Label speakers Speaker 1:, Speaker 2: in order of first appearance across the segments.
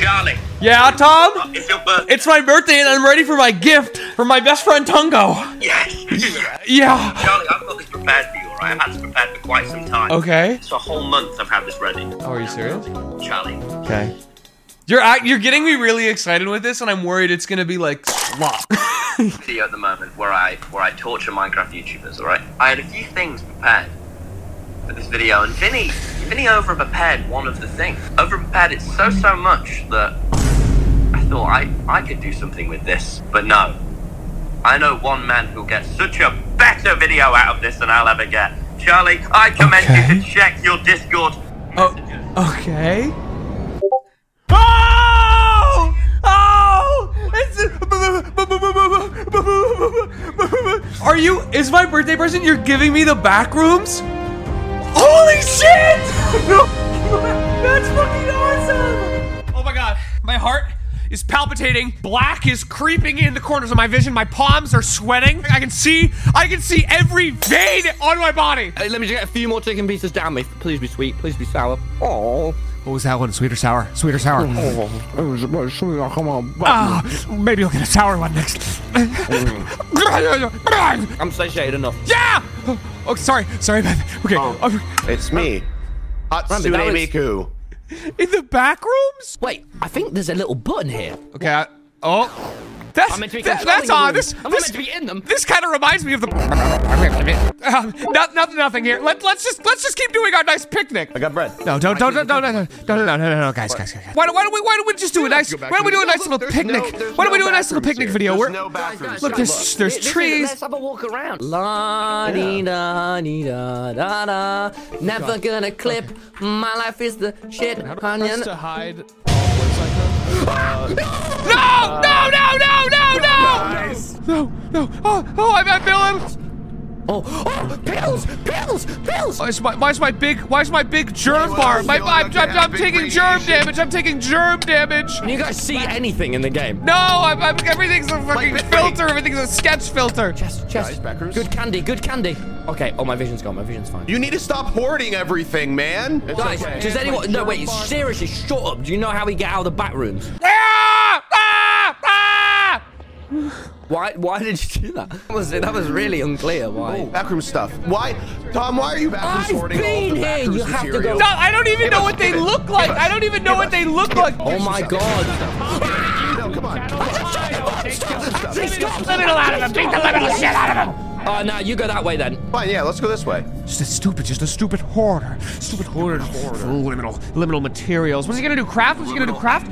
Speaker 1: darling.
Speaker 2: Yeah, Tom?
Speaker 1: It's your birthday.
Speaker 2: It's my birthday and I'm ready for my gift from my best friend Tungo.
Speaker 1: Yes. yes.
Speaker 2: Yeah.
Speaker 1: Darling, I've got this prepared for you, alright? I've had this prepared for quite some time.
Speaker 2: Okay.
Speaker 1: It's a whole month I've had this ready.
Speaker 2: Oh, are you serious?
Speaker 1: Charlie.
Speaker 2: Okay. You're act- you're getting me really excited with this, and I'm worried it's gonna be like slop.
Speaker 1: video at the moment where I where I torture Minecraft YouTubers. All right, I had a few things prepared for this video, and Vinny Vinny over prepared one of the things. Over prepared it so so much that I thought I I could do something with this, but no. I know one man who'll get such a better video out of this than I'll ever get. Charlie, I commend
Speaker 2: Okay.
Speaker 1: you to check your Discord
Speaker 2: Oh,
Speaker 1: messages.
Speaker 2: okay. Oh! Oh! It's- Are you? Is my birthday present? You're giving me the back rooms? Holy shit! No, that's fucking awesome! Oh my god, my heart is palpitating. Black is creeping in the corners of my vision. My palms are sweating. I can see. I can see every vein on my body.
Speaker 3: Hey, let me just get a few more chicken pieces down me. Please be sweet. Please be sour. Oh,
Speaker 2: What was that one? Sweet or sour? Sweet or sour?
Speaker 3: oh, it was about sweet. Oh, come on.
Speaker 2: Ah, maybe I'll get a sour one next. yeah!
Speaker 3: I'm satiated enough.
Speaker 2: Oh, sorry, sorry, man. Okay, oh,
Speaker 4: It's me. Hatsune
Speaker 3: that was-
Speaker 4: Miku.
Speaker 2: in the back rooms.
Speaker 3: Wait, I think there's a little button here.
Speaker 2: Okay. I, oh, that's
Speaker 3: I'm meant to be
Speaker 2: that,
Speaker 3: controlling
Speaker 2: that's
Speaker 3: the
Speaker 2: odd.
Speaker 3: room.
Speaker 2: This
Speaker 3: Am I
Speaker 2: this,
Speaker 3: meant to be in them?
Speaker 2: this kind of reminds me of the. Um, no, nothing, nothing here. Let, let's just let's just keep doing our nice picnic.
Speaker 4: I got bread.
Speaker 2: No, don't, don't, don't, don't, don't, don't, no, no, no, no, no, guys, guys, guys. guys. Why, don't- why don't we, why don't we just do a nice, why don't we do a nice little picnic? Why don't we do a nice little picnic video? We're, look, there's, there's
Speaker 3: This is-
Speaker 2: trees.
Speaker 3: Let's have a walk around. La dee da dee da da da. Never gonna clip. My life is the shit. Onion.
Speaker 2: hide. No! No! No! No! No! No! No! No! Oh! Oh! I'm at Billum.
Speaker 3: Oh, oh, pills, pills, pills.
Speaker 2: Oh, it's my, why's my big? Why's my big germ bar? My, I'm, I'm, I'm, taking germ damage. I'm taking germ damage.
Speaker 3: Can you guys see anything in the game?
Speaker 2: No! I'm, I'm everything's a fucking
Speaker 4: big-
Speaker 2: filter. Everything's a sketch filter.
Speaker 3: Chest, chest.
Speaker 4: Backers.
Speaker 3: Good candy, good candy. Okay. Oh, my vision's gone. My vision's fine.
Speaker 4: You need to stop hoarding everything, man. It's
Speaker 3: Guys, does anyone? No, wait. Seriously, shut up. Do you know how we get out of the back rooms?
Speaker 2: Ah! Ah! Ah!
Speaker 3: Why? Why did you do that? Oh, That was that was really unclear. Why?
Speaker 4: Backroom stuff. Why, Tom? Why are you backroom
Speaker 3: I've
Speaker 4: sorting all of
Speaker 3: been
Speaker 4: the
Speaker 3: here.
Speaker 4: backroom
Speaker 3: You have to go-
Speaker 4: material?
Speaker 2: No, Oh, I don't even
Speaker 4: Give
Speaker 2: know
Speaker 4: us-
Speaker 2: what they
Speaker 4: give it.
Speaker 2: look like.
Speaker 4: Give
Speaker 2: I don't
Speaker 4: us-
Speaker 2: even know what they look like.
Speaker 3: Oh my god.
Speaker 4: No, come on.
Speaker 2: Beat the little out of him. Beat the little shit out of him.
Speaker 3: Oh no, you go that way then.
Speaker 4: Fine, yeah, let's go this way.
Speaker 2: Just a stupid, just a stupid hoarder. Stupid hoarder. For liminal, liminal materials. What's he gonna do? Craft? What's he gonna do? Craft?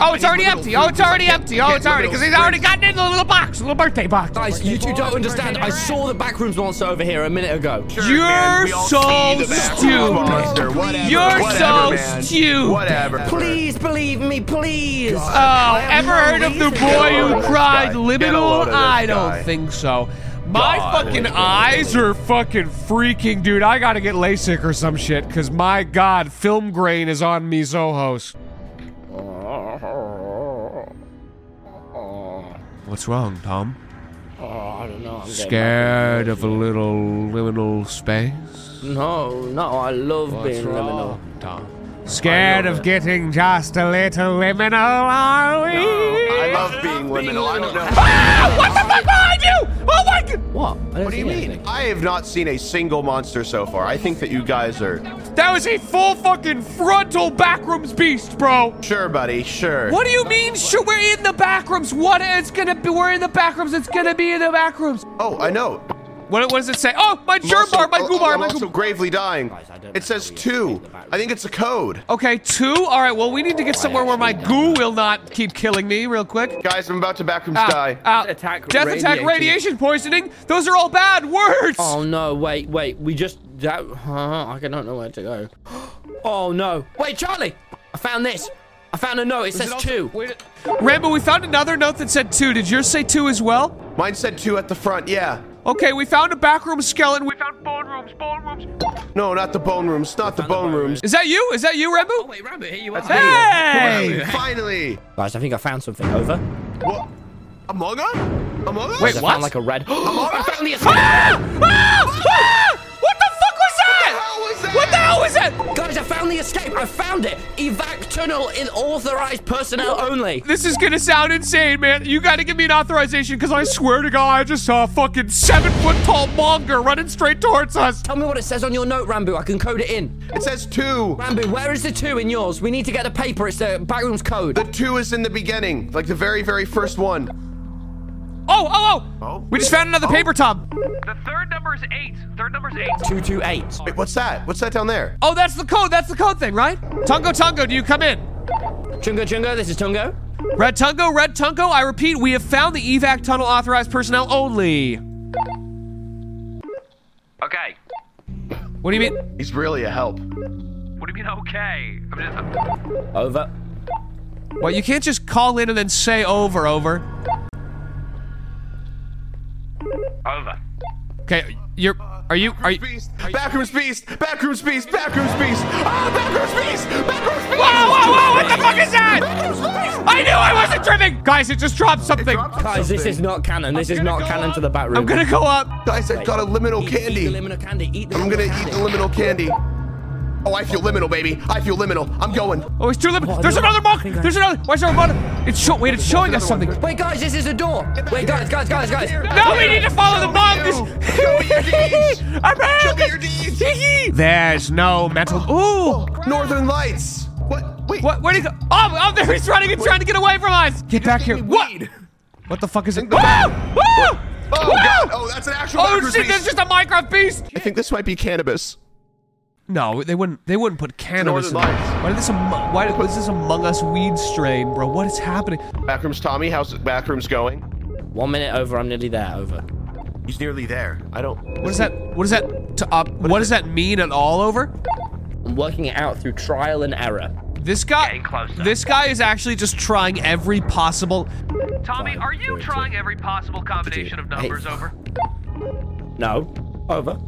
Speaker 2: Oh, it's already empty. Oh, it's already empty. Oh, it's already because he's already gotten in the little box, the little birthday box.
Speaker 3: Guys, you two don't understand. I saw the back rooms monster over here a minute ago.
Speaker 2: You're
Speaker 4: We all
Speaker 2: so
Speaker 3: Oh,
Speaker 4: see the backroom
Speaker 2: stupid.
Speaker 4: monster, whatever,
Speaker 2: You're so
Speaker 4: whatever, man.
Speaker 2: stupid.
Speaker 4: Whatever.
Speaker 3: Please believe me, please.
Speaker 2: Oh, ever heard of the boy
Speaker 4: Get a load
Speaker 2: who
Speaker 4: of this
Speaker 2: cried
Speaker 4: guy. Get a
Speaker 2: liminal?
Speaker 4: load of this
Speaker 2: I don't
Speaker 4: guy.
Speaker 2: think so. My
Speaker 4: God.
Speaker 2: fucking eyes are fucking freaking, dude. I gotta get LASIK or some shit, cause my god, film grain is on me, Zohos.
Speaker 3: Oh,
Speaker 2: What's wrong, Tom?
Speaker 3: I don't know. I'm
Speaker 2: Scared of a little liminal space?
Speaker 3: No, no, I love being liminal.
Speaker 2: Tom? Scared of getting just a little liminal, are we?
Speaker 4: I love being liminal. I don't know.
Speaker 2: Ah! What the fuck behind you? Oh my god!
Speaker 3: What?
Speaker 4: What do you mean? I have not seen a single monster so far. I think that you guys are
Speaker 2: That was a full fucking frontal backrooms beast, bro.
Speaker 4: sure, buddy. Sure.
Speaker 2: What do you mean? Sure, we're in the backrooms. What? It's gonna be. We're in the backrooms. It's gonna be in the backrooms.
Speaker 4: Oh, I know.
Speaker 2: What? What does it say? Oh, my
Speaker 4: I'm
Speaker 2: germ
Speaker 4: also-
Speaker 2: bar, my
Speaker 4: oh,
Speaker 2: goo bar,
Speaker 4: I'm
Speaker 2: my
Speaker 4: also
Speaker 2: goo.
Speaker 4: gravely dying.
Speaker 3: Guys, I don't know
Speaker 4: It says
Speaker 3: how we
Speaker 4: two.
Speaker 3: escaped the back
Speaker 4: I think it's a code.
Speaker 2: Okay, two. All right. Well, we need to get somewhere where my goo will not keep killing me, real quick.
Speaker 4: Guys, I'm about to backrooms
Speaker 2: Ow,
Speaker 4: die.
Speaker 2: ow.
Speaker 3: Death attack,
Speaker 2: Death attack,
Speaker 3: radiation.
Speaker 2: radiation poisoning. Those are all bad words.
Speaker 3: Oh no, wait, wait. We just that. Huh, I don't know where to go. Oh no. Wait, Charlie. I found this. I found a note. It says two.
Speaker 2: Rambo, we found another note that said two. Did yours say two as well?
Speaker 4: Mine said two at the front. Yeah.
Speaker 2: Okay, we found a backroom skeleton. We found bone rooms. Bone rooms.
Speaker 4: No, not the bone rooms. Not the bone rooms.
Speaker 2: Is that you? Is that you, Rambo?
Speaker 3: Oh, Wait, Rabbit, here you are.
Speaker 2: Hey!
Speaker 4: Finally.
Speaker 3: Guys, I think I found something. Over.
Speaker 4: What? Among Us? Among Us?
Speaker 2: Wait,
Speaker 3: I
Speaker 2: what?
Speaker 3: found like a red. I found the
Speaker 2: Ah! Ah! Ah! What the fuck was that?
Speaker 4: hell was that?
Speaker 2: What the hell was is it?
Speaker 3: Guys, I found the escape. I found it. Evac tunnel in authorized personnel only.
Speaker 2: This is gonna sound insane, man. You gotta give me an authorization because I swear to God, I just saw a fucking seven foot tall monger running straight towards us.
Speaker 3: Tell me what it says on your note, Rambo. I can code it in.
Speaker 4: It says two.
Speaker 3: Rambo, where is the two in yours? We need to get the paper. It's the backroom's code.
Speaker 4: The two is in the beginning, like the very, very first one.
Speaker 2: Oh, oh, oh!
Speaker 4: Oh.
Speaker 2: We just found another paper tub.
Speaker 5: The third number is eight. Third number is eight.
Speaker 3: 228.
Speaker 4: Wait, what's that? What's that down there?
Speaker 2: Oh, that's the code. That's the code thing, right? Tungo, Tungo, do you come in?
Speaker 3: Chungo, Chungo, this is Tungo.
Speaker 2: Red Tungo, Red Tungo, I repeat, we have found the evac tunnel authorized personnel only.
Speaker 5: Okay.
Speaker 2: What do you mean?
Speaker 4: He's really a help.
Speaker 5: What do you mean okay? I'm just. I'm-
Speaker 3: Over.
Speaker 2: Well, you can't just call in and then say over, over.
Speaker 5: over.
Speaker 2: Okay, you're. Are you. Are you.
Speaker 4: Beast, backrooms beast, backrooms beast, backrooms beast. Ah, backrooms beast, backrooms beast.
Speaker 2: Whoa, whoa, whoa, what the fuck is that? I knew I wasn't tripping! Guys, it just dropped something.
Speaker 3: Guys, this is not canon. This is not canon to the back room.
Speaker 2: I'm gonna go up.
Speaker 4: Guys, I got a liminal
Speaker 3: Eat-
Speaker 4: candy.
Speaker 3: Eat the liminal candy. Eat the
Speaker 4: I'm
Speaker 3: liminal
Speaker 4: gonna
Speaker 3: candy.
Speaker 4: eat the liminal candy. Oh, I feel liminal, baby. I feel liminal. I'm going.
Speaker 2: Oh, it's too limited. There's
Speaker 3: no,
Speaker 2: another
Speaker 3: I
Speaker 2: monk!
Speaker 3: think I-
Speaker 2: There's another. Why is there a monk? It's show. Wait, it's showing us something.
Speaker 3: Wait, guys, this is a door. Wait, guys, guys, guys, guys.
Speaker 2: No, we need to follow the monk! This- I'm
Speaker 4: your deeds.
Speaker 2: back! There's no mental. Ooh!
Speaker 4: Northern Lights. What? Wait.
Speaker 2: What? Where'd he go? Oh, oh, there he's running and trying to get away from us! Get back here.
Speaker 4: gave me
Speaker 2: What?
Speaker 4: weed.
Speaker 2: What the fuck is it? Woo!
Speaker 4: the
Speaker 2: Woo!
Speaker 4: back.
Speaker 2: Oh,
Speaker 4: Oh, God. oh, that's an actual.
Speaker 2: oh
Speaker 4: backrooms
Speaker 2: shit,
Speaker 4: beast.
Speaker 2: that's just a Minecraft beast!
Speaker 4: I think this might be cannabis.
Speaker 2: No, they wouldn't. They wouldn't put cannabis.
Speaker 4: Northern
Speaker 2: In it.
Speaker 4: Lights.
Speaker 2: Why did this? Am- why was this Among Us weed strain, bro? What is happening?
Speaker 4: Backrooms, Tommy. How's the backrooms going?
Speaker 3: One minute over. I'm nearly there. Over.
Speaker 4: He's nearly there. I don't.
Speaker 2: What is that? What is that? To up? What does that mean at all? Over?
Speaker 3: I'm working it out through trial and error.
Speaker 2: This guy.
Speaker 5: Getting closer.
Speaker 2: This guy is actually just trying every possible.
Speaker 5: Tommy, are you trying every possible combination of numbers
Speaker 3: Hey.
Speaker 5: over?
Speaker 3: No. Over.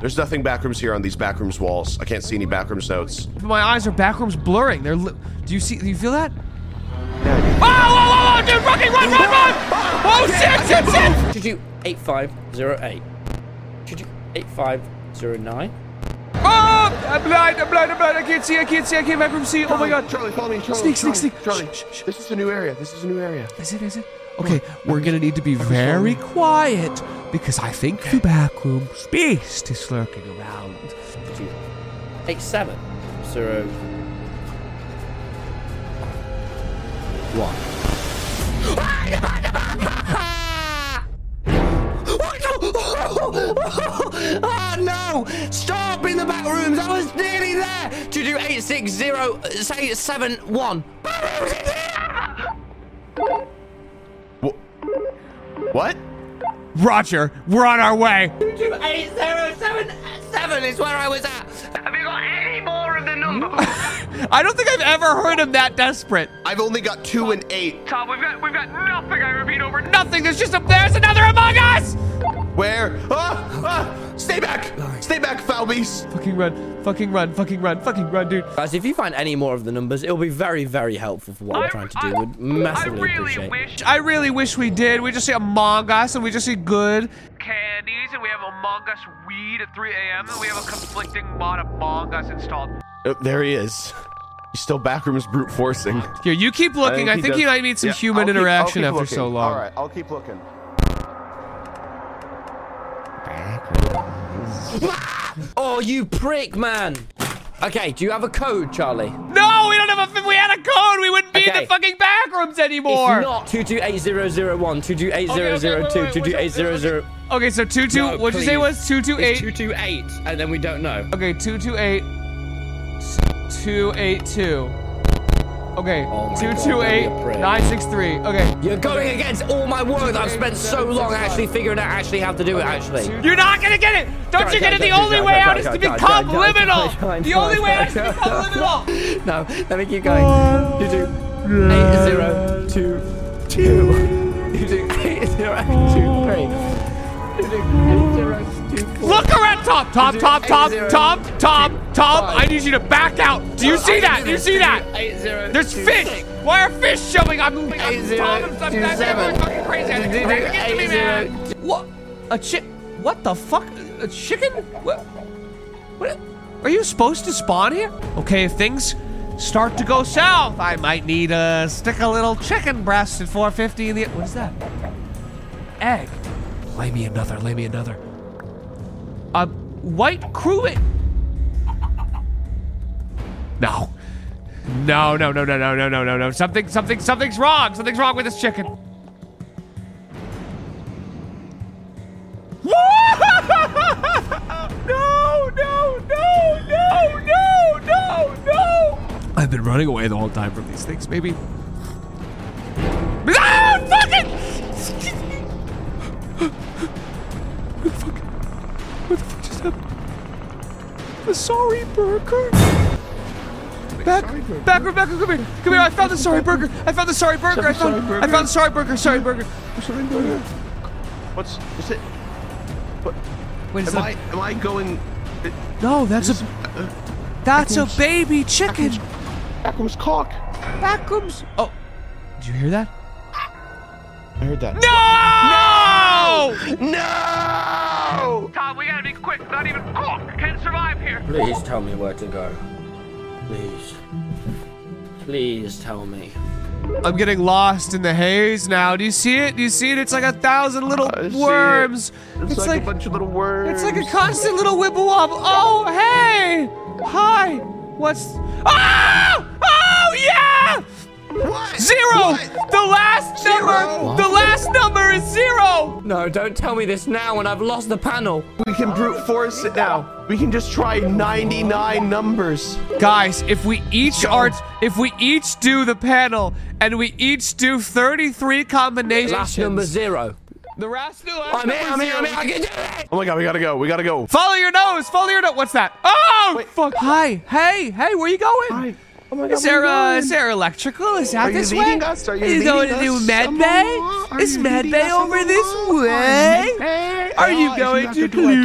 Speaker 4: There's nothing backrooms here on these backrooms walls. I can't see any backrooms notes.
Speaker 2: My eyes are backrooms blurring. They're. Li- do you see? Do you feel that? Oh, whoa, whoa, whoa, dude, fucking run, run, run! Oh, shit, shit, shit!
Speaker 3: Should you 8508? Should you 8509?
Speaker 2: Oh, I'm blind, I'm blind, I'm blind, I can't see, I can't see, I can't backroom see. Oh my god.
Speaker 4: Charlie, follow me. Charlie,
Speaker 2: Sneak,
Speaker 4: Charlie,
Speaker 2: sneak, sneak.
Speaker 4: Charlie,
Speaker 2: Shh, shh, shh.
Speaker 4: this is a new area. This is a new area.
Speaker 2: Is it? Is it? Okay, we're gonna need to be very quiet because I think the backroom beast is lurking around.
Speaker 3: Should you 87? 0. 1. Oh no! Stop in the back rooms! I was nearly there! To do 860, say 71.
Speaker 4: Wha- What?
Speaker 2: Roger, we're on our way.
Speaker 3: 8077 is where I was at.
Speaker 5: Have you got any more of the numbers?
Speaker 2: I don't think I've ever heard him that desperate.
Speaker 4: I've only got two and eight.
Speaker 5: Tom, we've got we've got nothing. I repeat, over nothing.
Speaker 2: Nothing. There's just a. There's another Among Us.
Speaker 4: Where? Ah! Ah! Stay back! Stay back, foul beast!
Speaker 2: Fucking run! Fucking run! Fucking run! Fucking run, dude.
Speaker 3: Guys, if you find any more of the numbers, it'll be very, very helpful for what we're trying to do. Would massively
Speaker 5: I really
Speaker 3: appreciate.
Speaker 5: wish
Speaker 2: I really wish we did. We just see Among Us and we just see good.
Speaker 5: candies, and we have Among Us weed at 3 a.m., and we have a conflicting mod Among Us installed.
Speaker 4: Oh, there he is. He's still backrooms brute forcing.
Speaker 2: Here, you keep looking. I think, you might need some human interaction after so long.
Speaker 4: All right, I'll keep looking.
Speaker 3: Oh, you prick, man! Okay, do you have a code, Charlie?
Speaker 2: No, we don't have a. If we had a code, we wouldn't be in
Speaker 3: Okay.
Speaker 2: the fucking back rooms anymore.
Speaker 3: It's not 228001, 228002, 228002.
Speaker 2: Okay, so two two.
Speaker 3: No,
Speaker 2: what'd you say
Speaker 3: please.
Speaker 2: was two two
Speaker 3: It's
Speaker 2: eight?
Speaker 3: 228, and then we don't know.
Speaker 2: Okay, two two eight. Two eight two. Okay,
Speaker 3: Oh my
Speaker 2: two
Speaker 3: God,
Speaker 2: two
Speaker 3: don't be
Speaker 2: eight
Speaker 3: a prick.
Speaker 2: nine six three. Okay,
Speaker 3: You're going against all my work that I've spent so long actually figuring out actually how to do it, actually.
Speaker 2: you're not gonna get it. Don't you get it? The only way out is to become liminal. The only way out is to become liminal.
Speaker 3: No, let me keep going. 228022. 8023. 8024.
Speaker 2: Look around, Tom, Tom, Tom, Tom, Tom, Tom, Tom. I need you to back out.
Speaker 3: Oh,
Speaker 2: Do you see that? Do you see that? There's fish. Why are fish showing? I'm moving. I'm
Speaker 3: Eight
Speaker 2: Tom,
Speaker 3: zero
Speaker 2: I'm, I'm,
Speaker 3: two
Speaker 2: I'm,
Speaker 3: seven.
Speaker 2: fucking crazy. I'm
Speaker 3: Eight
Speaker 2: crazy. Get to me,
Speaker 3: zero
Speaker 2: man. What? A chick? What the fuck? A chicken? What? What? Are you supposed to spawn here? Okay, if things start to go south, I might need to uh, stick a little chicken breast at 450 in the. What is that? Egg. Lay me another. Lay me another. A white cruet. No. No, no, no, no, no, no, no, no, no. Something, something, something's wrong. Something's wrong with this chicken. no, no, no, no, no, no, no. I've been running away the whole time from these things. Maybe. Ah, fucking. What the fuck? What the fuck just happened? The sorry burger. Back, back, Rebecca, come here, come here. I found the sorry burger. I found the sorry burger. I found, I found the sorry burger. Sorry burger.
Speaker 4: What's what's it?
Speaker 2: Wait, is
Speaker 4: Am I am I going
Speaker 2: No, that's a
Speaker 4: uh,
Speaker 2: that's a baby chicken.
Speaker 4: Beckham's cock?
Speaker 2: Backroom's. Oh, did you hear that?
Speaker 4: I heard that.
Speaker 2: No!
Speaker 4: No!
Speaker 5: Tom, we gotta be quick. Not even Cook can survive here.
Speaker 3: Please tell me where to go. Please. Please tell me.
Speaker 2: I'm getting lost in the haze now. Do you see it? Do you see it? It's like a thousand little
Speaker 4: I see it.
Speaker 2: worms.
Speaker 4: It's, like, a bunch of little worms.
Speaker 2: It's like a constant little wibble-wobble. Oh, hey! Hi! What's... Oh! Oh, yeah! Zero! The last number! The last number is zero!
Speaker 3: No, don't tell me this now when I've lost the panel.
Speaker 4: We can brute force it now. We can just try 99 numbers.
Speaker 2: Guys, if we each are... If we each do the panel, and we each do 33 combinations...
Speaker 3: Last number zero.
Speaker 2: The last the last
Speaker 3: I'm
Speaker 2: number
Speaker 3: here, I'm here,
Speaker 2: zero.
Speaker 3: I'm here, I can do it!
Speaker 4: Oh my god, we gotta go. We gotta go.
Speaker 2: Follow your nose! Follow your nose! What's that? Oh! Fuck! Hi! Hey! Hey! Where you going?
Speaker 4: Oh my god.
Speaker 2: Is there, uh, is there electrical? Is that
Speaker 4: Are you
Speaker 2: this way?
Speaker 4: leading us? Are you leading
Speaker 2: going to
Speaker 4: us
Speaker 2: do med
Speaker 4: somewhere?
Speaker 2: bay?
Speaker 4: Are
Speaker 2: Is
Speaker 4: you
Speaker 2: med
Speaker 4: leading
Speaker 2: bay
Speaker 4: us
Speaker 2: over this
Speaker 4: along?
Speaker 2: way?
Speaker 4: Hey,
Speaker 2: Are you
Speaker 4: oh, if
Speaker 2: going
Speaker 4: have
Speaker 2: to
Speaker 4: do a
Speaker 2: clean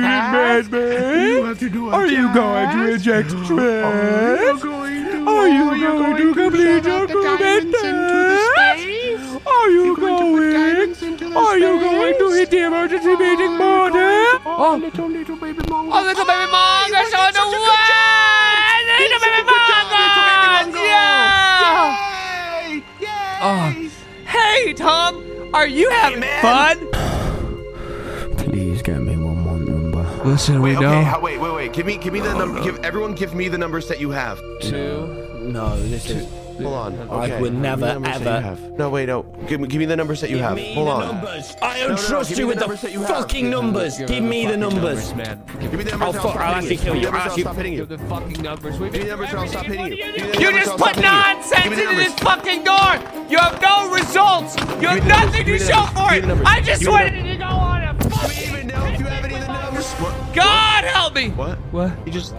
Speaker 2: med
Speaker 4: task,
Speaker 2: bay?
Speaker 4: you have to do a
Speaker 2: Are you going to
Speaker 4: task.
Speaker 2: reject
Speaker 4: Are you
Speaker 2: trash?
Speaker 4: going to? Oh,
Speaker 2: Are you going to complete
Speaker 4: shout
Speaker 2: your
Speaker 4: out the diamonds into the
Speaker 2: commitment?
Speaker 4: space?
Speaker 2: Are you
Speaker 4: You're going to put diamonds
Speaker 2: going?
Speaker 4: into the
Speaker 2: Are you going to
Speaker 4: space?
Speaker 2: hit the emergency meeting
Speaker 4: Are you
Speaker 2: board?
Speaker 4: going to-
Speaker 2: Oh,
Speaker 4: little, little baby mama.
Speaker 2: Oh, little baby mongoose on the way! Little baby mongoose! Yeah!
Speaker 4: Yay! Yay!
Speaker 2: Oh. Hey, Tom, are you having fun?
Speaker 3: Please get me one more number.
Speaker 2: Listen, we
Speaker 4: Wait, okay, how, wait, wait, wait. Give me, give me the number. Give everyone, give me the numbers that you have.
Speaker 3: Two. No, this is.
Speaker 4: Hold on.
Speaker 3: I
Speaker 4: Okay.
Speaker 3: would never,
Speaker 4: Give me the numbers that you
Speaker 3: ever-
Speaker 4: have. No, wait, no. Give me, give me the numbers that you have. Hold on.
Speaker 3: I don't
Speaker 4: No, no, no,
Speaker 3: trust
Speaker 4: give
Speaker 3: you
Speaker 4: me
Speaker 3: with
Speaker 4: the
Speaker 3: the
Speaker 4: numbers that you have.
Speaker 3: fucking numbers. Give me the numbers.
Speaker 4: Give me the numbers.
Speaker 3: Oh,
Speaker 4: and I'll
Speaker 3: fuck,
Speaker 4: stop
Speaker 3: I'll
Speaker 4: hitting
Speaker 3: actually kill you.
Speaker 4: Give me the
Speaker 3: I'll
Speaker 4: numbers, I'll stop hitting you.
Speaker 2: the fucking numbers.
Speaker 4: Give me the numbers. I'll stop hitting you. Give me the
Speaker 2: You
Speaker 4: numbers,
Speaker 2: just
Speaker 4: I'll
Speaker 2: put
Speaker 4: stop hitting you.
Speaker 2: nonsense
Speaker 4: Give me the
Speaker 2: into this
Speaker 4: numbers.
Speaker 2: fucking door! You have no results! You
Speaker 4: Give me
Speaker 2: have
Speaker 4: the
Speaker 2: nothing to
Speaker 4: numbers, give me the
Speaker 2: show
Speaker 4: numbers,
Speaker 2: for it!
Speaker 4: give me the numbers,
Speaker 2: I just
Speaker 4: give me the
Speaker 2: wanted
Speaker 4: numbers.
Speaker 2: to go on a
Speaker 4: Do you
Speaker 2: fucking...
Speaker 4: even know if you have any of the numbers? What?
Speaker 2: God help me!
Speaker 4: What?
Speaker 2: What?
Speaker 4: You just.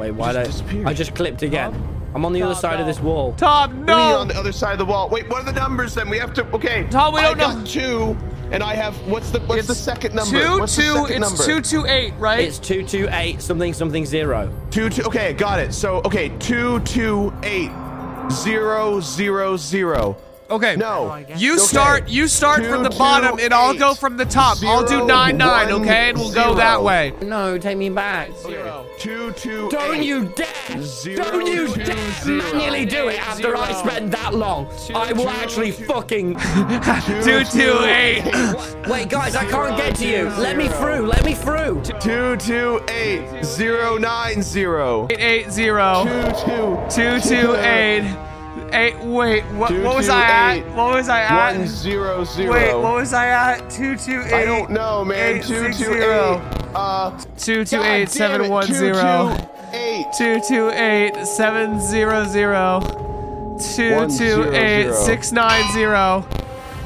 Speaker 3: Wait, why
Speaker 4: just
Speaker 3: don't
Speaker 4: disappeared.
Speaker 3: I just clipped again? I'm on the other side of this wall.
Speaker 2: Tom,
Speaker 4: What do you mean on
Speaker 2: no!
Speaker 4: the other side of the wall. Wait, what are the numbers then? We have to. Okay.
Speaker 2: Tom, we don't
Speaker 4: I
Speaker 2: know.
Speaker 4: got two, and I have. What's the What's the second number?
Speaker 2: Two,
Speaker 4: what's the
Speaker 2: two,
Speaker 4: second
Speaker 2: it's two,
Speaker 4: number?
Speaker 2: two, eight, right?
Speaker 3: It's two two eight something something zero.
Speaker 4: Two two. Okay, got it. So okay, two two eight zero zero zero.
Speaker 2: Okay.
Speaker 4: No. Oh, I guess.
Speaker 2: You
Speaker 4: Okay.
Speaker 2: start. You start from
Speaker 4: Two,
Speaker 2: the bottom,
Speaker 4: two,
Speaker 2: and I'll go
Speaker 4: eight.
Speaker 2: from the top. i I'll do
Speaker 4: Zero,
Speaker 2: nine nine.
Speaker 4: one,
Speaker 2: Okay, and we'll go that
Speaker 4: zero.
Speaker 2: way.
Speaker 3: No, take me back.
Speaker 4: Two two.
Speaker 3: Don't
Speaker 4: eight.
Speaker 3: you dare!
Speaker 4: Zero,
Speaker 3: don't you
Speaker 4: two,
Speaker 3: dare
Speaker 4: zero.
Speaker 3: manually do it after I
Speaker 4: Zero.
Speaker 3: spent that long. I will
Speaker 4: two,
Speaker 3: actually
Speaker 4: two.
Speaker 3: fucking.
Speaker 2: Two two eight.
Speaker 3: Wait, guys, I can't get to you. Let me through. Let me through.
Speaker 4: Two two eight zero nine zero.
Speaker 2: Eight eight zero.
Speaker 4: Two
Speaker 2: Two
Speaker 4: two
Speaker 2: two eight. Eight. Wait. What?
Speaker 4: Two,
Speaker 2: what was
Speaker 4: two,
Speaker 2: I
Speaker 4: eight.
Speaker 2: at? What was I at?
Speaker 4: one zero zero.
Speaker 2: Wait. What was I at? Two two eight.
Speaker 4: I don't know, man.
Speaker 2: eight,
Speaker 4: Two
Speaker 2: six,
Speaker 4: two eight.
Speaker 2: zero.
Speaker 4: Uh.
Speaker 2: Two two
Speaker 4: God
Speaker 2: eight
Speaker 4: damn
Speaker 2: seven
Speaker 4: it,
Speaker 2: one
Speaker 4: two,
Speaker 2: zero.
Speaker 4: two, eight.
Speaker 2: Two two eight seven zero zero. Two
Speaker 4: One,
Speaker 2: two
Speaker 4: zero,
Speaker 2: eight
Speaker 4: zero.
Speaker 2: six nine zero.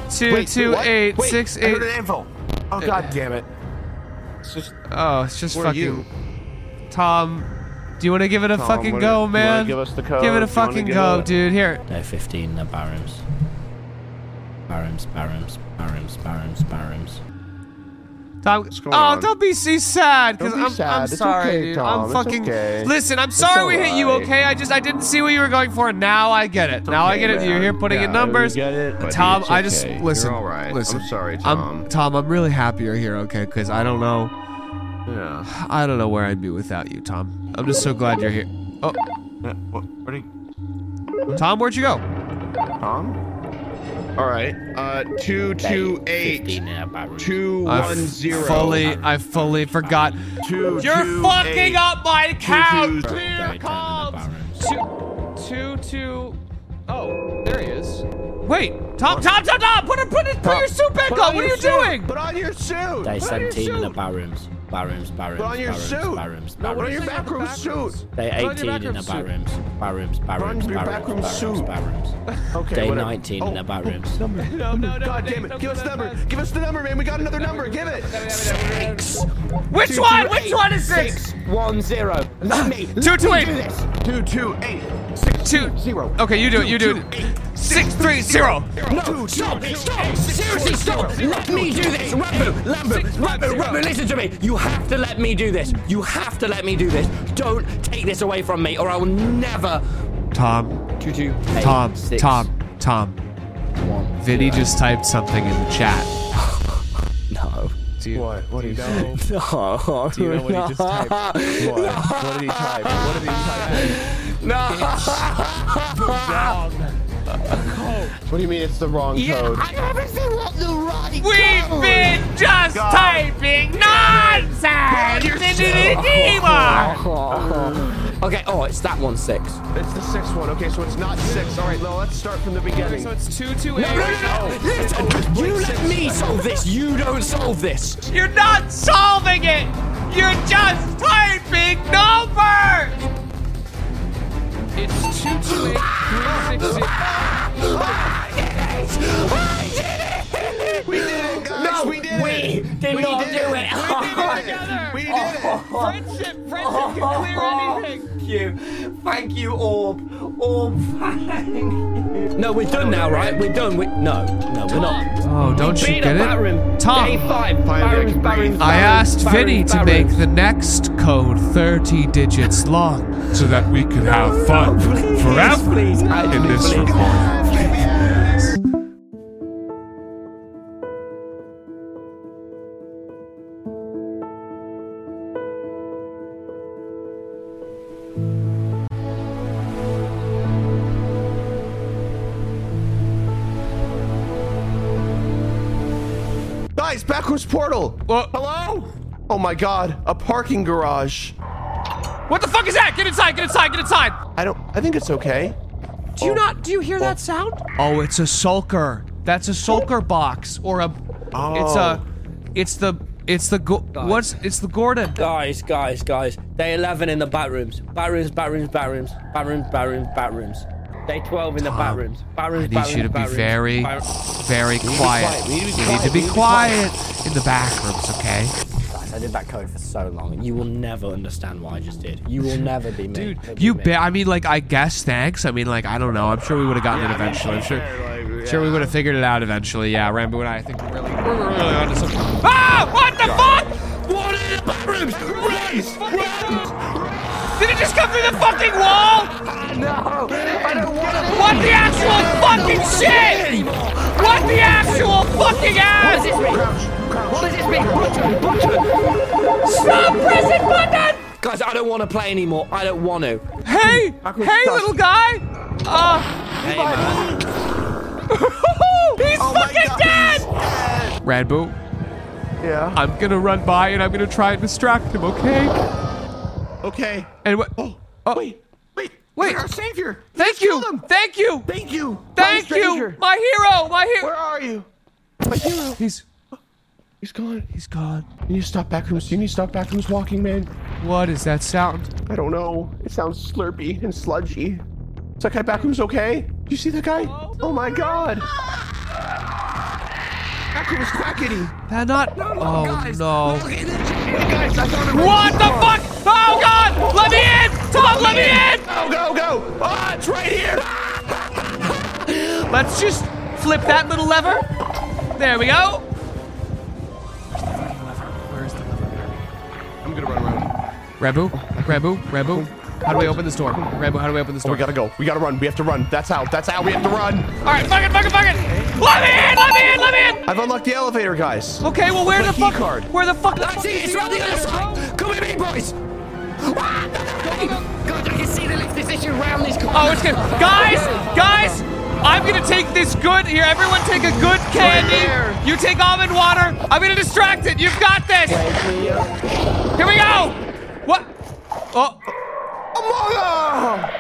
Speaker 2: Two
Speaker 4: Wait,
Speaker 2: two
Speaker 4: what?
Speaker 2: eight
Speaker 4: Wait,
Speaker 2: six
Speaker 4: I
Speaker 2: eight.
Speaker 4: heard an anvil. Oh god damn it. It's just
Speaker 2: Oh, it's just
Speaker 4: for
Speaker 2: fucking
Speaker 4: you.
Speaker 2: Tom. Do you want to give it a fucking
Speaker 4: what- you
Speaker 2: go,
Speaker 4: wanna
Speaker 2: man?
Speaker 4: give us the code?
Speaker 2: Give it a
Speaker 4: You wanna
Speaker 2: fucking
Speaker 4: give
Speaker 2: go,
Speaker 4: it-
Speaker 2: dude. Here.
Speaker 3: No, 15, no barums. Barums, barums, barums, barums, barums.
Speaker 2: Tom, oh,
Speaker 4: going on?
Speaker 2: don't be so sad, cause
Speaker 4: Don't be
Speaker 2: I'm, I'm
Speaker 4: sad. It's
Speaker 2: sorry,
Speaker 4: okay,
Speaker 2: dude.
Speaker 4: Tom.
Speaker 2: I'm
Speaker 4: It's
Speaker 2: fucking.
Speaker 4: okay.
Speaker 2: Listen, I'm sorry we hit you.
Speaker 4: alright.
Speaker 2: Okay, I just I didn't see what you were going for. Now I get it. now I
Speaker 4: okay,
Speaker 2: get it. You're
Speaker 4: man.
Speaker 2: here putting in
Speaker 4: Yeah,
Speaker 2: numbers.
Speaker 4: we get it, buddy.
Speaker 2: Tom,
Speaker 4: It's
Speaker 2: I just
Speaker 4: okay.
Speaker 2: listen.
Speaker 4: You're all right. I'm
Speaker 2: Listen,
Speaker 4: sorry,
Speaker 2: I'm-
Speaker 4: Tom.
Speaker 2: Tom, I'm really happy you're here. Okay, cause I don't know.
Speaker 4: Yeah.
Speaker 2: I don't know where I'd be without you, Tom. I'm just so glad you're here. Oh,
Speaker 4: yeah. What? Where did he-
Speaker 2: Tom, where'd you go?
Speaker 4: Tom? All right. Uh, two two eight
Speaker 3: 15 in a barrel.
Speaker 4: two
Speaker 2: I
Speaker 4: one zero.
Speaker 2: fully, I fully forgot.
Speaker 4: Two,
Speaker 2: You're
Speaker 4: two,
Speaker 2: fucking
Speaker 4: eight.
Speaker 2: up my couch.
Speaker 4: two-
Speaker 2: Clear
Speaker 3: Barrel,
Speaker 2: calls.
Speaker 3: barrel.
Speaker 2: Two, two, two. Oh, there he is. Wait, Tom, Tom, Tom, Tom! Put, it- put, it- put your suit back
Speaker 4: Put
Speaker 2: on.
Speaker 4: on
Speaker 2: What are
Speaker 4: your
Speaker 2: you
Speaker 4: suit.
Speaker 2: doing?
Speaker 4: Put on your suit.
Speaker 3: Day
Speaker 4: Put on your
Speaker 3: 17 in the
Speaker 4: suit.
Speaker 3: barrooms. Barrooms, barrooms,
Speaker 4: Put on your
Speaker 3: barrooms,
Speaker 4: suit.
Speaker 3: barrooms,
Speaker 4: No, put on
Speaker 3: barrooms.
Speaker 4: your backroom suit.
Speaker 3: Day
Speaker 2: Put on your
Speaker 3: 18 in the
Speaker 2: backroom
Speaker 3: barrooms. Barrooms, barrooms,
Speaker 4: your
Speaker 3: barrooms,
Speaker 4: backroom
Speaker 3: barrooms,
Speaker 4: suit.
Speaker 3: barrooms.
Speaker 4: Okay.
Speaker 3: Day
Speaker 4: whatever.
Speaker 3: 19
Speaker 4: Oh,
Speaker 3: in the barrooms.
Speaker 4: Number.
Speaker 2: No, no, no.
Speaker 4: God damn it. Give us the number. Give us the number, man. We got another number. Give it.
Speaker 2: Which one? Which one is six?
Speaker 3: One zero. Let me.
Speaker 2: Two, two, eight.
Speaker 4: Two two eight
Speaker 2: Two.
Speaker 4: zero.
Speaker 2: Okay, you do it. You do it. Six, three, zero.
Speaker 3: No, stop, stop, seriously, stop. Let me do this. Rambo, Rambo, Rambo, Rambo, listen to me. You have to let me do this. You have to let me do this. Don't take this away from me, or I will never.
Speaker 2: Tom,
Speaker 3: Two, two, eight,
Speaker 2: Tom,
Speaker 3: six,
Speaker 2: Tom, Tom.
Speaker 3: one,
Speaker 2: Vinny
Speaker 3: zero.
Speaker 2: just typed something in the chat.
Speaker 3: No.
Speaker 4: What? What do you know?
Speaker 3: No. Do
Speaker 2: you know what he just typed?
Speaker 4: What? What did he type? What did he type?
Speaker 3: No.
Speaker 4: What do you mean it's the wrong code?
Speaker 3: I haven't seen what the right
Speaker 2: We've been just typing nonsense into the keyboard.
Speaker 3: Okay, oh, it's that one six.
Speaker 4: It's the sixth one. Okay, so it's not six. All right, well, let's start from the beginning.
Speaker 2: it's two two
Speaker 3: No, no, no, no. Listen, you let me solve this. You don't solve this.
Speaker 2: You're not solving it. You're just typing numbers. It's two two eight three six six.
Speaker 4: We did it, guys.
Speaker 3: No,
Speaker 4: we did it. Oh.
Speaker 3: we did not do it.
Speaker 4: We did it. We did it.
Speaker 2: Friendship, friendship can clear anything.
Speaker 3: Thank you. Thank you, Orb. Orb, thank you. No, we're done now, right? We're done. We- no, no, we're not.
Speaker 2: Oh, don't
Speaker 3: Beat up Baron. Day five.
Speaker 4: Finally, I
Speaker 3: Baron's,
Speaker 4: can
Speaker 3: Baron's,
Speaker 4: breathe.
Speaker 2: I
Speaker 3: Baron's,
Speaker 2: asked
Speaker 3: Baron's,
Speaker 2: Vinny to
Speaker 3: Baron's.
Speaker 2: make the next code 30 digits long so that we could have fun forever in this recording.
Speaker 4: Guys, backwards portal.
Speaker 2: What?
Speaker 4: Hello? Oh my god, a parking garage.
Speaker 2: What the fuck is that? Get inside, get inside, get inside.
Speaker 4: I don't. I think it's okay.
Speaker 2: Do you not? Do you hear that sound? Oh, it's a sulker. That's a sulker box or a. It's a.
Speaker 4: Oh.
Speaker 2: It's the. It's the. Go- what's? It's the Gordon.
Speaker 3: Guys, guys, guys. Day 11 in the batrooms. Batrooms, batrooms, batrooms. Batrooms, batrooms, batrooms. Day 12 in the batrooms. Batrooms,
Speaker 2: I need you to be very, very quiet.
Speaker 3: We need to
Speaker 2: You need to
Speaker 3: be quiet,
Speaker 2: be
Speaker 3: we need to be
Speaker 2: quiet in the back rooms, okay?
Speaker 3: Guys, I did that code for so long. You will never understand what I just did. You will never be me. Never
Speaker 2: Dude,
Speaker 3: be
Speaker 2: you
Speaker 3: me.
Speaker 2: bet. I mean, like, I guess thanks. I mean, like, I don't know. I'm sure we would have gotten it eventually. I'm sure. Sure, we would have figured it out eventually. Yeah, Rambo and I, I think we're really, we're really onto something. Ah! What the fuck? What in the bathrooms? Run! Did it just come through the fucking wall? No! What the actual fucking shit? What the actual fucking ass? Stop pressing button!
Speaker 3: Guys, I don't want to play anymore. I don't want to.
Speaker 2: Hey! Hey, little guy! Uh. He's
Speaker 4: Oh
Speaker 2: fucking dead! Rambo,
Speaker 4: Yeah.
Speaker 2: I'm gonna run by and I'm gonna try and distract him, okay?
Speaker 4: Okay.
Speaker 2: And what?
Speaker 4: Oh,
Speaker 2: Oh.
Speaker 4: wait, wait,
Speaker 2: Wait.
Speaker 4: Wait. Our savior.
Speaker 2: Thank
Speaker 4: Just
Speaker 2: you!
Speaker 4: killed him.
Speaker 2: Thank you!
Speaker 4: Thank you.
Speaker 2: Thank
Speaker 4: Fine
Speaker 2: you!
Speaker 4: stranger.
Speaker 2: My hero! My
Speaker 4: Where
Speaker 2: hero!
Speaker 4: are you? My hero.
Speaker 2: He's
Speaker 4: He's gone.
Speaker 2: he's gone.
Speaker 4: You need to stop backrooms. You need to stop backrooms walking, man.
Speaker 2: What is that sound?
Speaker 4: I don't know. It sounds slurpy and sludgy. Is that guy Backroom's okay? Do you see that guy? Oh my god! Backroom's quackity!
Speaker 2: That not? Oh no!
Speaker 4: Guys, I found him!
Speaker 2: What the fuck? Oh god! Let me in! Tom, let me in!
Speaker 4: Go, go, go! Ah, it's right here!
Speaker 2: Let's just flip that little lever. There we go. Where's the lever? Where's the lever? I'm gonna run around. Rabu, Rabu, Rabu.
Speaker 6: How do we open this door? Rambo, how do we open this
Speaker 4: Oh,
Speaker 6: door?
Speaker 4: We gotta go. We gotta run. We have to run. That's out. That's out. We have to run.
Speaker 2: All right, fuck it, fuck it, fuck it. Let me in, let me in, let me in.
Speaker 4: I've unlocked the elevator, guys.
Speaker 2: Okay, well where
Speaker 4: My
Speaker 2: the
Speaker 4: key
Speaker 2: fuck?
Speaker 4: card.
Speaker 2: Where the fuck?
Speaker 3: I see it. It's
Speaker 2: fuck
Speaker 3: around the other
Speaker 2: is
Speaker 3: side. Come with me, boys. Ah, no, no, no. God, I can see the lift issue round this corner.
Speaker 2: Oh, it's good. Guys, guys, I'm gonna take this good here. Everyone take a good candy. You take almond water. I'm gonna distract it. You've got this. Here we go. What? Oh.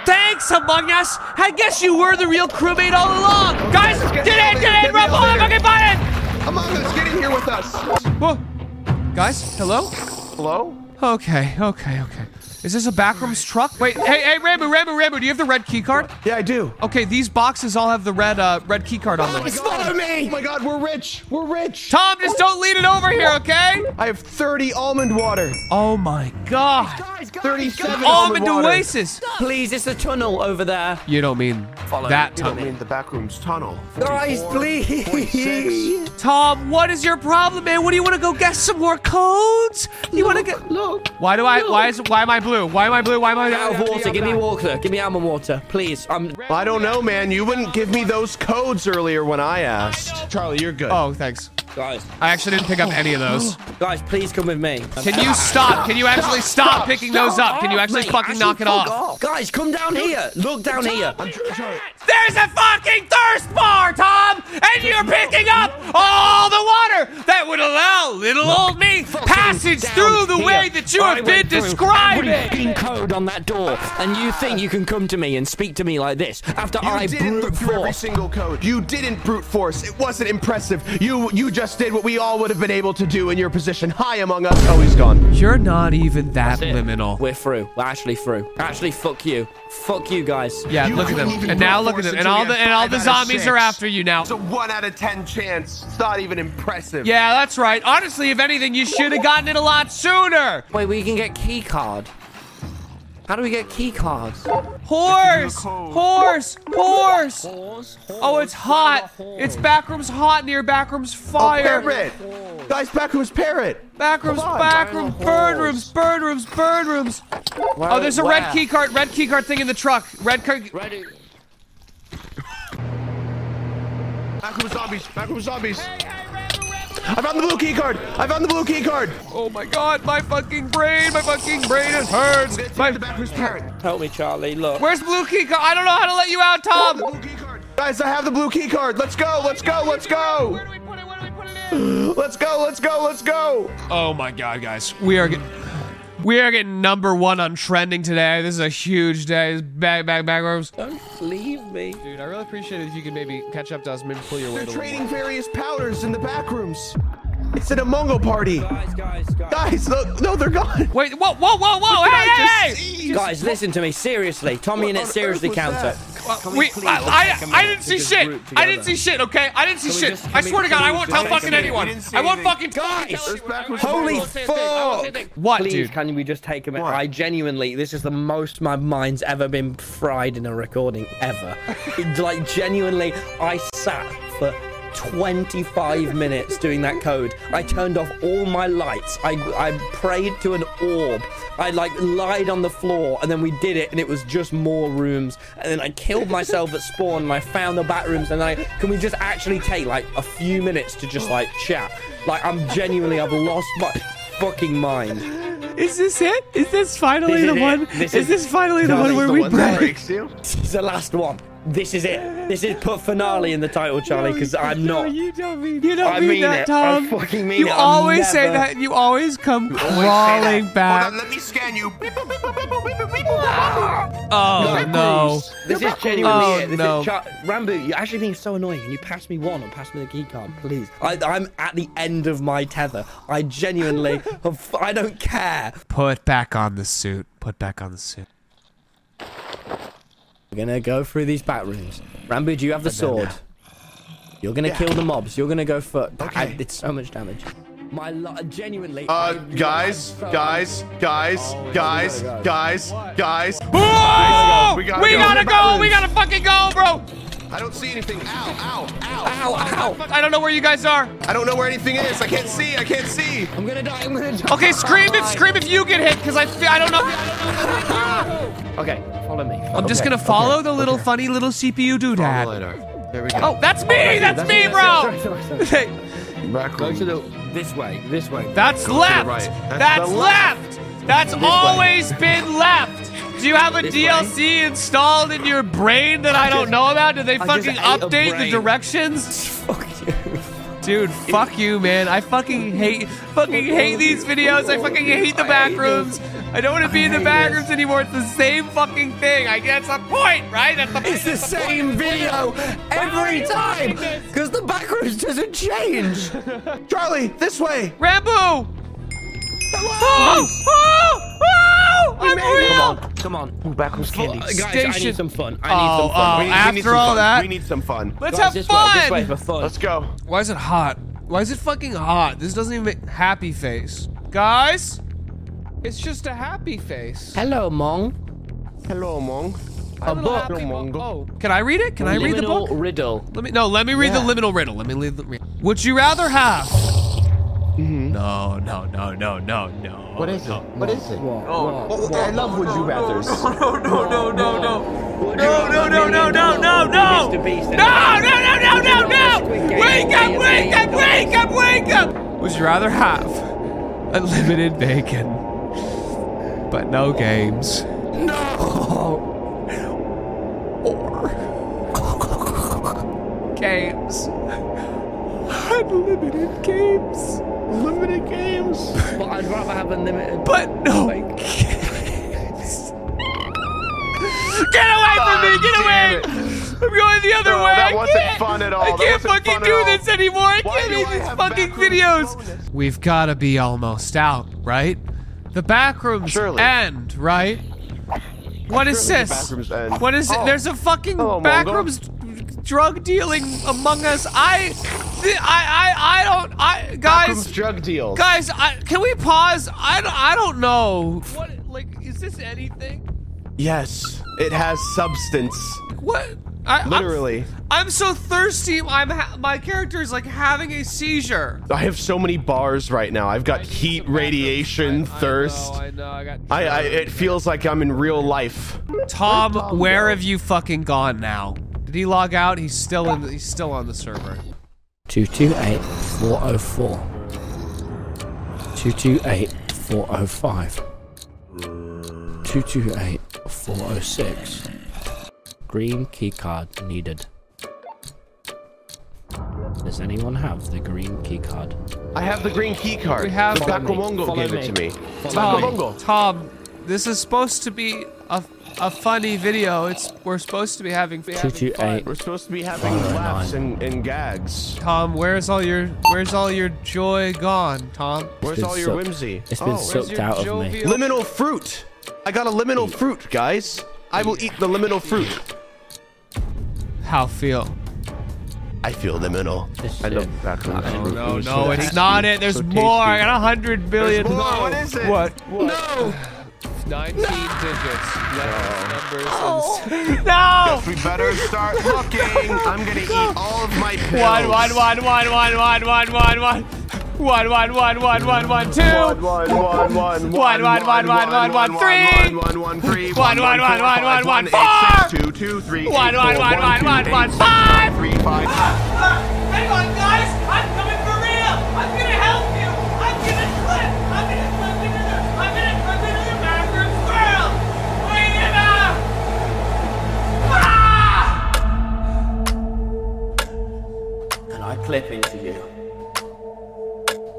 Speaker 2: Thanks, Among Us. I guess you were the real crewmate all along. Guys, get in, get in, rumble on the fucking button.
Speaker 4: Among Us, get in here with us.
Speaker 2: Whoa. Guys, hello?
Speaker 4: Hello?
Speaker 6: Okay, okay, okay.
Speaker 2: Is this a backrooms truck? Wait, hey, hey, Rambo, Rambo, Rambo, do you have the red key card?
Speaker 4: Yeah, I do.
Speaker 2: Okay, these boxes all have the red uh, red key card on them.
Speaker 3: Guys, follow
Speaker 4: Oh
Speaker 3: me.
Speaker 4: my god, we're rich. We're rich.
Speaker 2: Tom, just don't lead it over here, okay?
Speaker 4: I have 30 almond water.
Speaker 2: Oh my god.
Speaker 3: Guys, guys,
Speaker 4: 37
Speaker 2: Almond
Speaker 4: almond water.
Speaker 2: Oasis.
Speaker 3: Please, it's the tunnel over there.
Speaker 6: You don't mean that
Speaker 4: You don't
Speaker 6: tunnel.
Speaker 4: mean the back room's tunnel.
Speaker 3: Guys, please.
Speaker 2: Tom, what is your problem, man? What do you want to go guess some more codes? You want to get
Speaker 4: Look.
Speaker 6: Why do I? Why is? Why am I blue? Why am I blue? Why am I?
Speaker 3: Out of water. Give me water. Give me almond water, please. I'm.
Speaker 4: I don't know, man. You wouldn't give me those codes earlier when I asked. Charlie, you're good.
Speaker 6: Oh, thanks.
Speaker 3: Guys,
Speaker 6: I actually didn't pick up any of those.
Speaker 3: guys, please come with me.
Speaker 6: Can you stop? Can you actually stop picking those up? Can you actually
Speaker 3: Mate,
Speaker 6: fucking knock it
Speaker 3: fuck
Speaker 6: off?
Speaker 3: Guys, come down here. Look down here.
Speaker 2: There's a fucking thirst bar, Tom! And you're picking up all the water that would allow little old me passage
Speaker 3: Down
Speaker 2: through the
Speaker 3: here.
Speaker 2: way that you
Speaker 3: I
Speaker 2: have been
Speaker 3: went through
Speaker 2: describing!
Speaker 3: every fucking code on that door, and you think you can come to me and speak to me like this after
Speaker 4: You
Speaker 3: I
Speaker 4: didn't
Speaker 3: brute
Speaker 4: look through every
Speaker 3: force?
Speaker 4: single code. You didn't brute force. It wasn't impressive. You you just did what we all would have been able to do in your position. Hi, among us. Oh, he's gone.
Speaker 6: You're not even that liminal.
Speaker 3: We're through. We're actually through. Actually, fuck you. Fuck you guys.
Speaker 6: Yeah,
Speaker 4: You
Speaker 6: look at them.
Speaker 4: couldn't even
Speaker 6: And now
Speaker 4: brute
Speaker 6: look at
Speaker 4: force
Speaker 6: them.
Speaker 4: it
Speaker 6: And
Speaker 4: till
Speaker 6: all
Speaker 4: we
Speaker 6: the
Speaker 4: had
Speaker 6: and all
Speaker 4: five
Speaker 6: the
Speaker 4: out of
Speaker 6: zombies are
Speaker 4: six.
Speaker 6: after you now.
Speaker 4: It's a one out of ten chance. It's not even impressive.
Speaker 6: Yeah, that's right. Honestly, if anything, you should have gotten it a lot sooner.
Speaker 3: Wait, we can get key card. How do we get key cards?
Speaker 2: Horse! Horse! Horse! Oh, it's hot! It's backrooms hot near backrooms
Speaker 4: Oh,
Speaker 2: fire!
Speaker 4: parrot. Guys, back who's parrot?
Speaker 2: Backrooms,
Speaker 4: Come on.
Speaker 2: backrooms, burn rooms, burn rooms, burn rooms. Oh, there's a red
Speaker 3: where?
Speaker 2: key card, red key card thing in the truck. Red card.
Speaker 3: Ready?
Speaker 4: Back room zombies. Back room zombies. I found the blue key card. I found the blue key card.
Speaker 2: Oh my god, my fucking brain, my fucking brain it hurts. My,
Speaker 3: Help me, Charlie. Look.
Speaker 2: where's blue key card? I don't know how to let you out, Tom.
Speaker 4: Guys, I have the blue key card. Let's go. Let's go. Let's go.
Speaker 2: Where do we put it? Where do we put it in?
Speaker 4: Let's go. Let's go. Let's go.
Speaker 6: Oh my god, guys. We are getting we are getting number one on trending today. This is a huge day. It's Back, back, backwards.
Speaker 3: Don't leave me.
Speaker 6: Dude, I really appreciate it if you could maybe catch up to us, maybe pull your
Speaker 4: They're
Speaker 6: weight a little.
Speaker 4: trading various powders in the back rooms. It's an Amongo party.
Speaker 3: Guys, guys, guys.
Speaker 4: Guys, look, no, they're gone.
Speaker 2: Wait, whoa, whoa, whoa, whoa!
Speaker 4: I
Speaker 2: Hey, hey,
Speaker 4: just
Speaker 2: hey!
Speaker 4: see-
Speaker 3: Guys, listen to me seriously. Tommy and
Speaker 4: What
Speaker 3: it
Speaker 4: on
Speaker 3: seriously
Speaker 4: earth was
Speaker 3: counter.
Speaker 2: We, I, I, I didn't see shit. I didn't see shit. Okay, I didn't see
Speaker 3: we
Speaker 2: shit.
Speaker 3: just- can
Speaker 2: I
Speaker 3: we-
Speaker 2: swear to God,
Speaker 3: can
Speaker 2: I
Speaker 3: we
Speaker 2: won't
Speaker 3: just-
Speaker 2: tell fucking anyone. I won't fucking
Speaker 3: Guys,
Speaker 4: Holy fuck!
Speaker 6: What,
Speaker 3: please,
Speaker 6: dude?
Speaker 3: can we just take a minute?
Speaker 4: What?
Speaker 3: I genuinely, this is the most my mind's ever been fried in a recording ever. It- like genuinely, I sat for 25 minutes doing that code. I turned off all my lights. I I prayed to an orb. I like lied on the floor, and then we did it, and it was just more rooms. And then I killed myself at spawn. And I found the back rooms, and I can we just actually take like a few minutes to just like chat? Like I'm genuinely, I've lost my fucking mind.
Speaker 6: Is this it? Is this
Speaker 3: This
Speaker 6: finally
Speaker 3: is the it. one- This is- is this
Speaker 6: finally
Speaker 3: the one
Speaker 4: He's the one that breaks you.
Speaker 3: This is the last one. This is it. This is put finale in the title, Charlie, because I'm not.
Speaker 6: you don't mean, you don't
Speaker 3: I mean mean that, it. I Tom. fucking mean You
Speaker 6: you
Speaker 3: it. I'm
Speaker 6: always
Speaker 3: always say
Speaker 6: say
Speaker 3: never-
Speaker 6: that.
Speaker 3: that.
Speaker 6: You always come
Speaker 4: Wait, say that.
Speaker 6: crawling back.
Speaker 4: Hold on, let me scan you.
Speaker 6: Oh no.
Speaker 3: This is genuinely
Speaker 6: Oh,
Speaker 3: it. This
Speaker 6: no.
Speaker 3: is Char- Rambo, you're actually being so annoying. Can you pass me one or pass me the key card, please? I, I'm at the end of my tether. I genuinely, have, I don't care.
Speaker 6: Put back on the suit. Put back on the suit.
Speaker 3: We're gonna go through these back rooms. Rambo, do you have the sword? You're gonna kill the mobs. You're gonna go for. I
Speaker 4: Okay.
Speaker 3: did so much damage. My li- genuinely.
Speaker 4: Uh,
Speaker 3: I-
Speaker 4: guys,
Speaker 3: so-
Speaker 4: guys, guys, guys, guys, guys.
Speaker 2: Oh!
Speaker 4: We gotta
Speaker 2: We
Speaker 4: go.
Speaker 2: gotta go. We gotta fucking go, bro.
Speaker 4: I don't see anything. Ow, ow, ow.
Speaker 3: Ow, ow!
Speaker 2: I don't know where you guys are.
Speaker 4: I don't know where anything is. I can't see. I can't see.
Speaker 3: I'm gonna die, I'm gonna die.
Speaker 2: Okay, scream if scream if you get hit, because I fe- I don't know. I don't know.
Speaker 3: Okay, follow me.
Speaker 2: I'm just gonna follow the little funny little CPU doodad.
Speaker 4: There we go.
Speaker 2: Oh, that's me! That's me,
Speaker 3: Sorry,
Speaker 2: bro!
Speaker 3: sorry, sorry.
Speaker 2: Hey,
Speaker 4: Back
Speaker 3: Go
Speaker 4: room.
Speaker 3: to the this way, this way.
Speaker 2: That's left!
Speaker 4: right. That's
Speaker 2: That's
Speaker 4: the
Speaker 2: left! That's always been left! Do you have a
Speaker 3: This
Speaker 2: DLC installed in your brain that I, don't
Speaker 3: just-
Speaker 2: know about? Did they
Speaker 3: just
Speaker 2: fucking
Speaker 3: ate a
Speaker 2: update the
Speaker 3: brain.
Speaker 2: directions?
Speaker 3: Fuck you.
Speaker 2: Dude, fuck you, man. I fucking hate fucking hate these videos. I fucking hate the
Speaker 3: I
Speaker 2: back
Speaker 3: hate
Speaker 2: rooms. I don't want to be in the
Speaker 3: hate
Speaker 2: back
Speaker 3: this.
Speaker 2: rooms anymore. It's the same fucking thing. I that's the point, right? That's the point.
Speaker 3: It's the
Speaker 2: that's point.
Speaker 3: same video every time because the background doesn't change.
Speaker 4: Charlie, this way.
Speaker 2: Rambo! Oh! Oh! Oh! I'm real!
Speaker 3: Come on, come on. Backwards candy. Guys, I
Speaker 2: Station.
Speaker 3: need some fun. I need
Speaker 2: Oh,
Speaker 3: some
Speaker 2: oh,
Speaker 3: fun.
Speaker 4: We need some
Speaker 2: after all
Speaker 4: fun.
Speaker 2: that,
Speaker 4: we need some fun.
Speaker 2: let's
Speaker 3: Guys,
Speaker 2: have
Speaker 3: this way,
Speaker 2: fun!
Speaker 3: this way for fun.
Speaker 4: Let's go.
Speaker 2: Why is it hot? Why is it fucking hot? This doesn't even make happy face. Guys, it's just a happy face.
Speaker 3: Hello, Mong.
Speaker 4: Hello, Mong.
Speaker 3: A book.
Speaker 2: Happy mo-
Speaker 4: Mongo.
Speaker 2: oh, can I read it? Can I read the
Speaker 3: Liminal
Speaker 2: book?
Speaker 3: riddle.
Speaker 2: Let me no. Let me read the
Speaker 3: Yeah.
Speaker 2: liminal riddle. Let me read the. Re- Would you rather have? No, no, no, no, no, no. What is it?
Speaker 4: Mm-hmm. What is it?
Speaker 3: Oh,
Speaker 4: I love would you rather's.
Speaker 2: No, oh, no, no, no, no.
Speaker 3: no,
Speaker 2: No, no, no, no, no, no, no! No, no, no, no, no, no! Wake up, wake up, wake up, wake up! Would you rather have unlimited bacon, but no games?
Speaker 3: No!
Speaker 2: Or games? Unlimited games,
Speaker 4: Limited games.
Speaker 3: But I'd rather have unlimited.
Speaker 2: but no
Speaker 3: Like-
Speaker 2: games. Get away from me! Get away!
Speaker 4: Ah, damn
Speaker 2: I'm going the other
Speaker 4: No,
Speaker 2: way.
Speaker 4: that
Speaker 2: I
Speaker 4: wasn't
Speaker 2: can't-
Speaker 4: fun at all.
Speaker 2: I
Speaker 4: That
Speaker 2: can't
Speaker 4: wasn't
Speaker 2: fucking
Speaker 4: fun at
Speaker 2: do
Speaker 4: all.
Speaker 2: this anymore. I
Speaker 4: Why
Speaker 2: can't
Speaker 4: do
Speaker 2: make
Speaker 4: I
Speaker 2: these
Speaker 4: have
Speaker 2: fucking
Speaker 4: backroom
Speaker 2: videos.
Speaker 4: bonus?
Speaker 2: We've got to be almost out, right? The backrooms
Speaker 4: Surely.
Speaker 2: end, right? What is
Speaker 4: Surely the
Speaker 2: this?
Speaker 4: backrooms end.
Speaker 2: What is it?
Speaker 4: Oh.
Speaker 2: There's a fucking
Speaker 4: Hello, Mongo.
Speaker 2: backrooms drug dealing among us. I, I, I, I don't. I guys.
Speaker 4: Backroom's drug deals.
Speaker 2: Guys, I, can we pause? I, don't- I don't know. What, like, is this anything?
Speaker 4: Yes, it has substance.
Speaker 2: What? I, I'm-
Speaker 4: Literally.
Speaker 2: I'm, so thirsty. I'm ha- my character is like having a seizure.
Speaker 4: I have so many bars right now. I've got heat, radiation, thirst.
Speaker 2: I know. I, know, I got.
Speaker 4: I, I, it feels like I'm in real life.
Speaker 2: Tom, where have you fucking gone now? Did he log out? He's still in. He's still on the server.
Speaker 3: 228 404. 228 405. 228 406. Green keycard needed. Does anyone have the green keycard?
Speaker 4: I have the green key card.
Speaker 2: We have-
Speaker 4: the
Speaker 2: Follow me.
Speaker 4: Bakumongo
Speaker 3: Follow
Speaker 4: gave
Speaker 3: me.
Speaker 4: it to me.
Speaker 2: Tom,
Speaker 4: Bakumongo.
Speaker 2: Tom, this is supposed to be a, a funny video. It's we're supposed to be having, having
Speaker 3: two,
Speaker 2: fun.
Speaker 3: eight.
Speaker 4: We're supposed to be having
Speaker 3: Follow
Speaker 4: laughs and, and gags.
Speaker 2: Tom, where's all your where's all your joy gone, Tom?
Speaker 4: Where's
Speaker 3: been
Speaker 4: all your
Speaker 3: sucked.
Speaker 4: whimsy?
Speaker 3: It's been
Speaker 4: Oh,
Speaker 3: sucked
Speaker 2: your
Speaker 3: out of me.
Speaker 2: jovial-
Speaker 4: Liminal fruit. I got a liminal fruit, guys. I will eat the liminal fruit.
Speaker 2: How feel?
Speaker 4: I feel liminal.
Speaker 3: This
Speaker 4: I
Speaker 3: shit.
Speaker 4: love Bakumongo.
Speaker 2: Oh, No, no, it's not it. There's more. I got a hundred billion.
Speaker 4: There's more. What is it?
Speaker 2: What?
Speaker 4: No!
Speaker 2: 19 digits. Letters, numbers,
Speaker 6: No!
Speaker 4: We better start looking. I'm gonna eat all of my pills.
Speaker 2: One, one, one, one, one, one, one, one, one. One, one, one, one, one, one, two.
Speaker 4: One, one, one, one,
Speaker 2: One, one, one, one, one, one, three.
Speaker 4: one, one, three.
Speaker 2: One, one, one,
Speaker 4: four,
Speaker 2: one,
Speaker 4: five,
Speaker 2: one,
Speaker 4: eight,
Speaker 2: four.
Speaker 4: six, two, two, three,
Speaker 2: One,
Speaker 4: eight,
Speaker 2: one,
Speaker 4: four,
Speaker 2: one, one,
Speaker 4: one,
Speaker 2: one,
Speaker 4: two, eight,
Speaker 2: one,
Speaker 4: six,
Speaker 2: five.
Speaker 4: five, three, five.
Speaker 7: Hang on, guys! I'm coming for real! I'm gonna help you! I'm gonna slip! I'm gonna slip into the... I'm gonna slip into the bathroom squirrel! Wait him out! Ah!
Speaker 8: and I clip into you.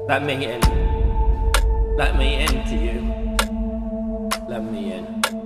Speaker 8: Let me in. Let me into you. Let me in.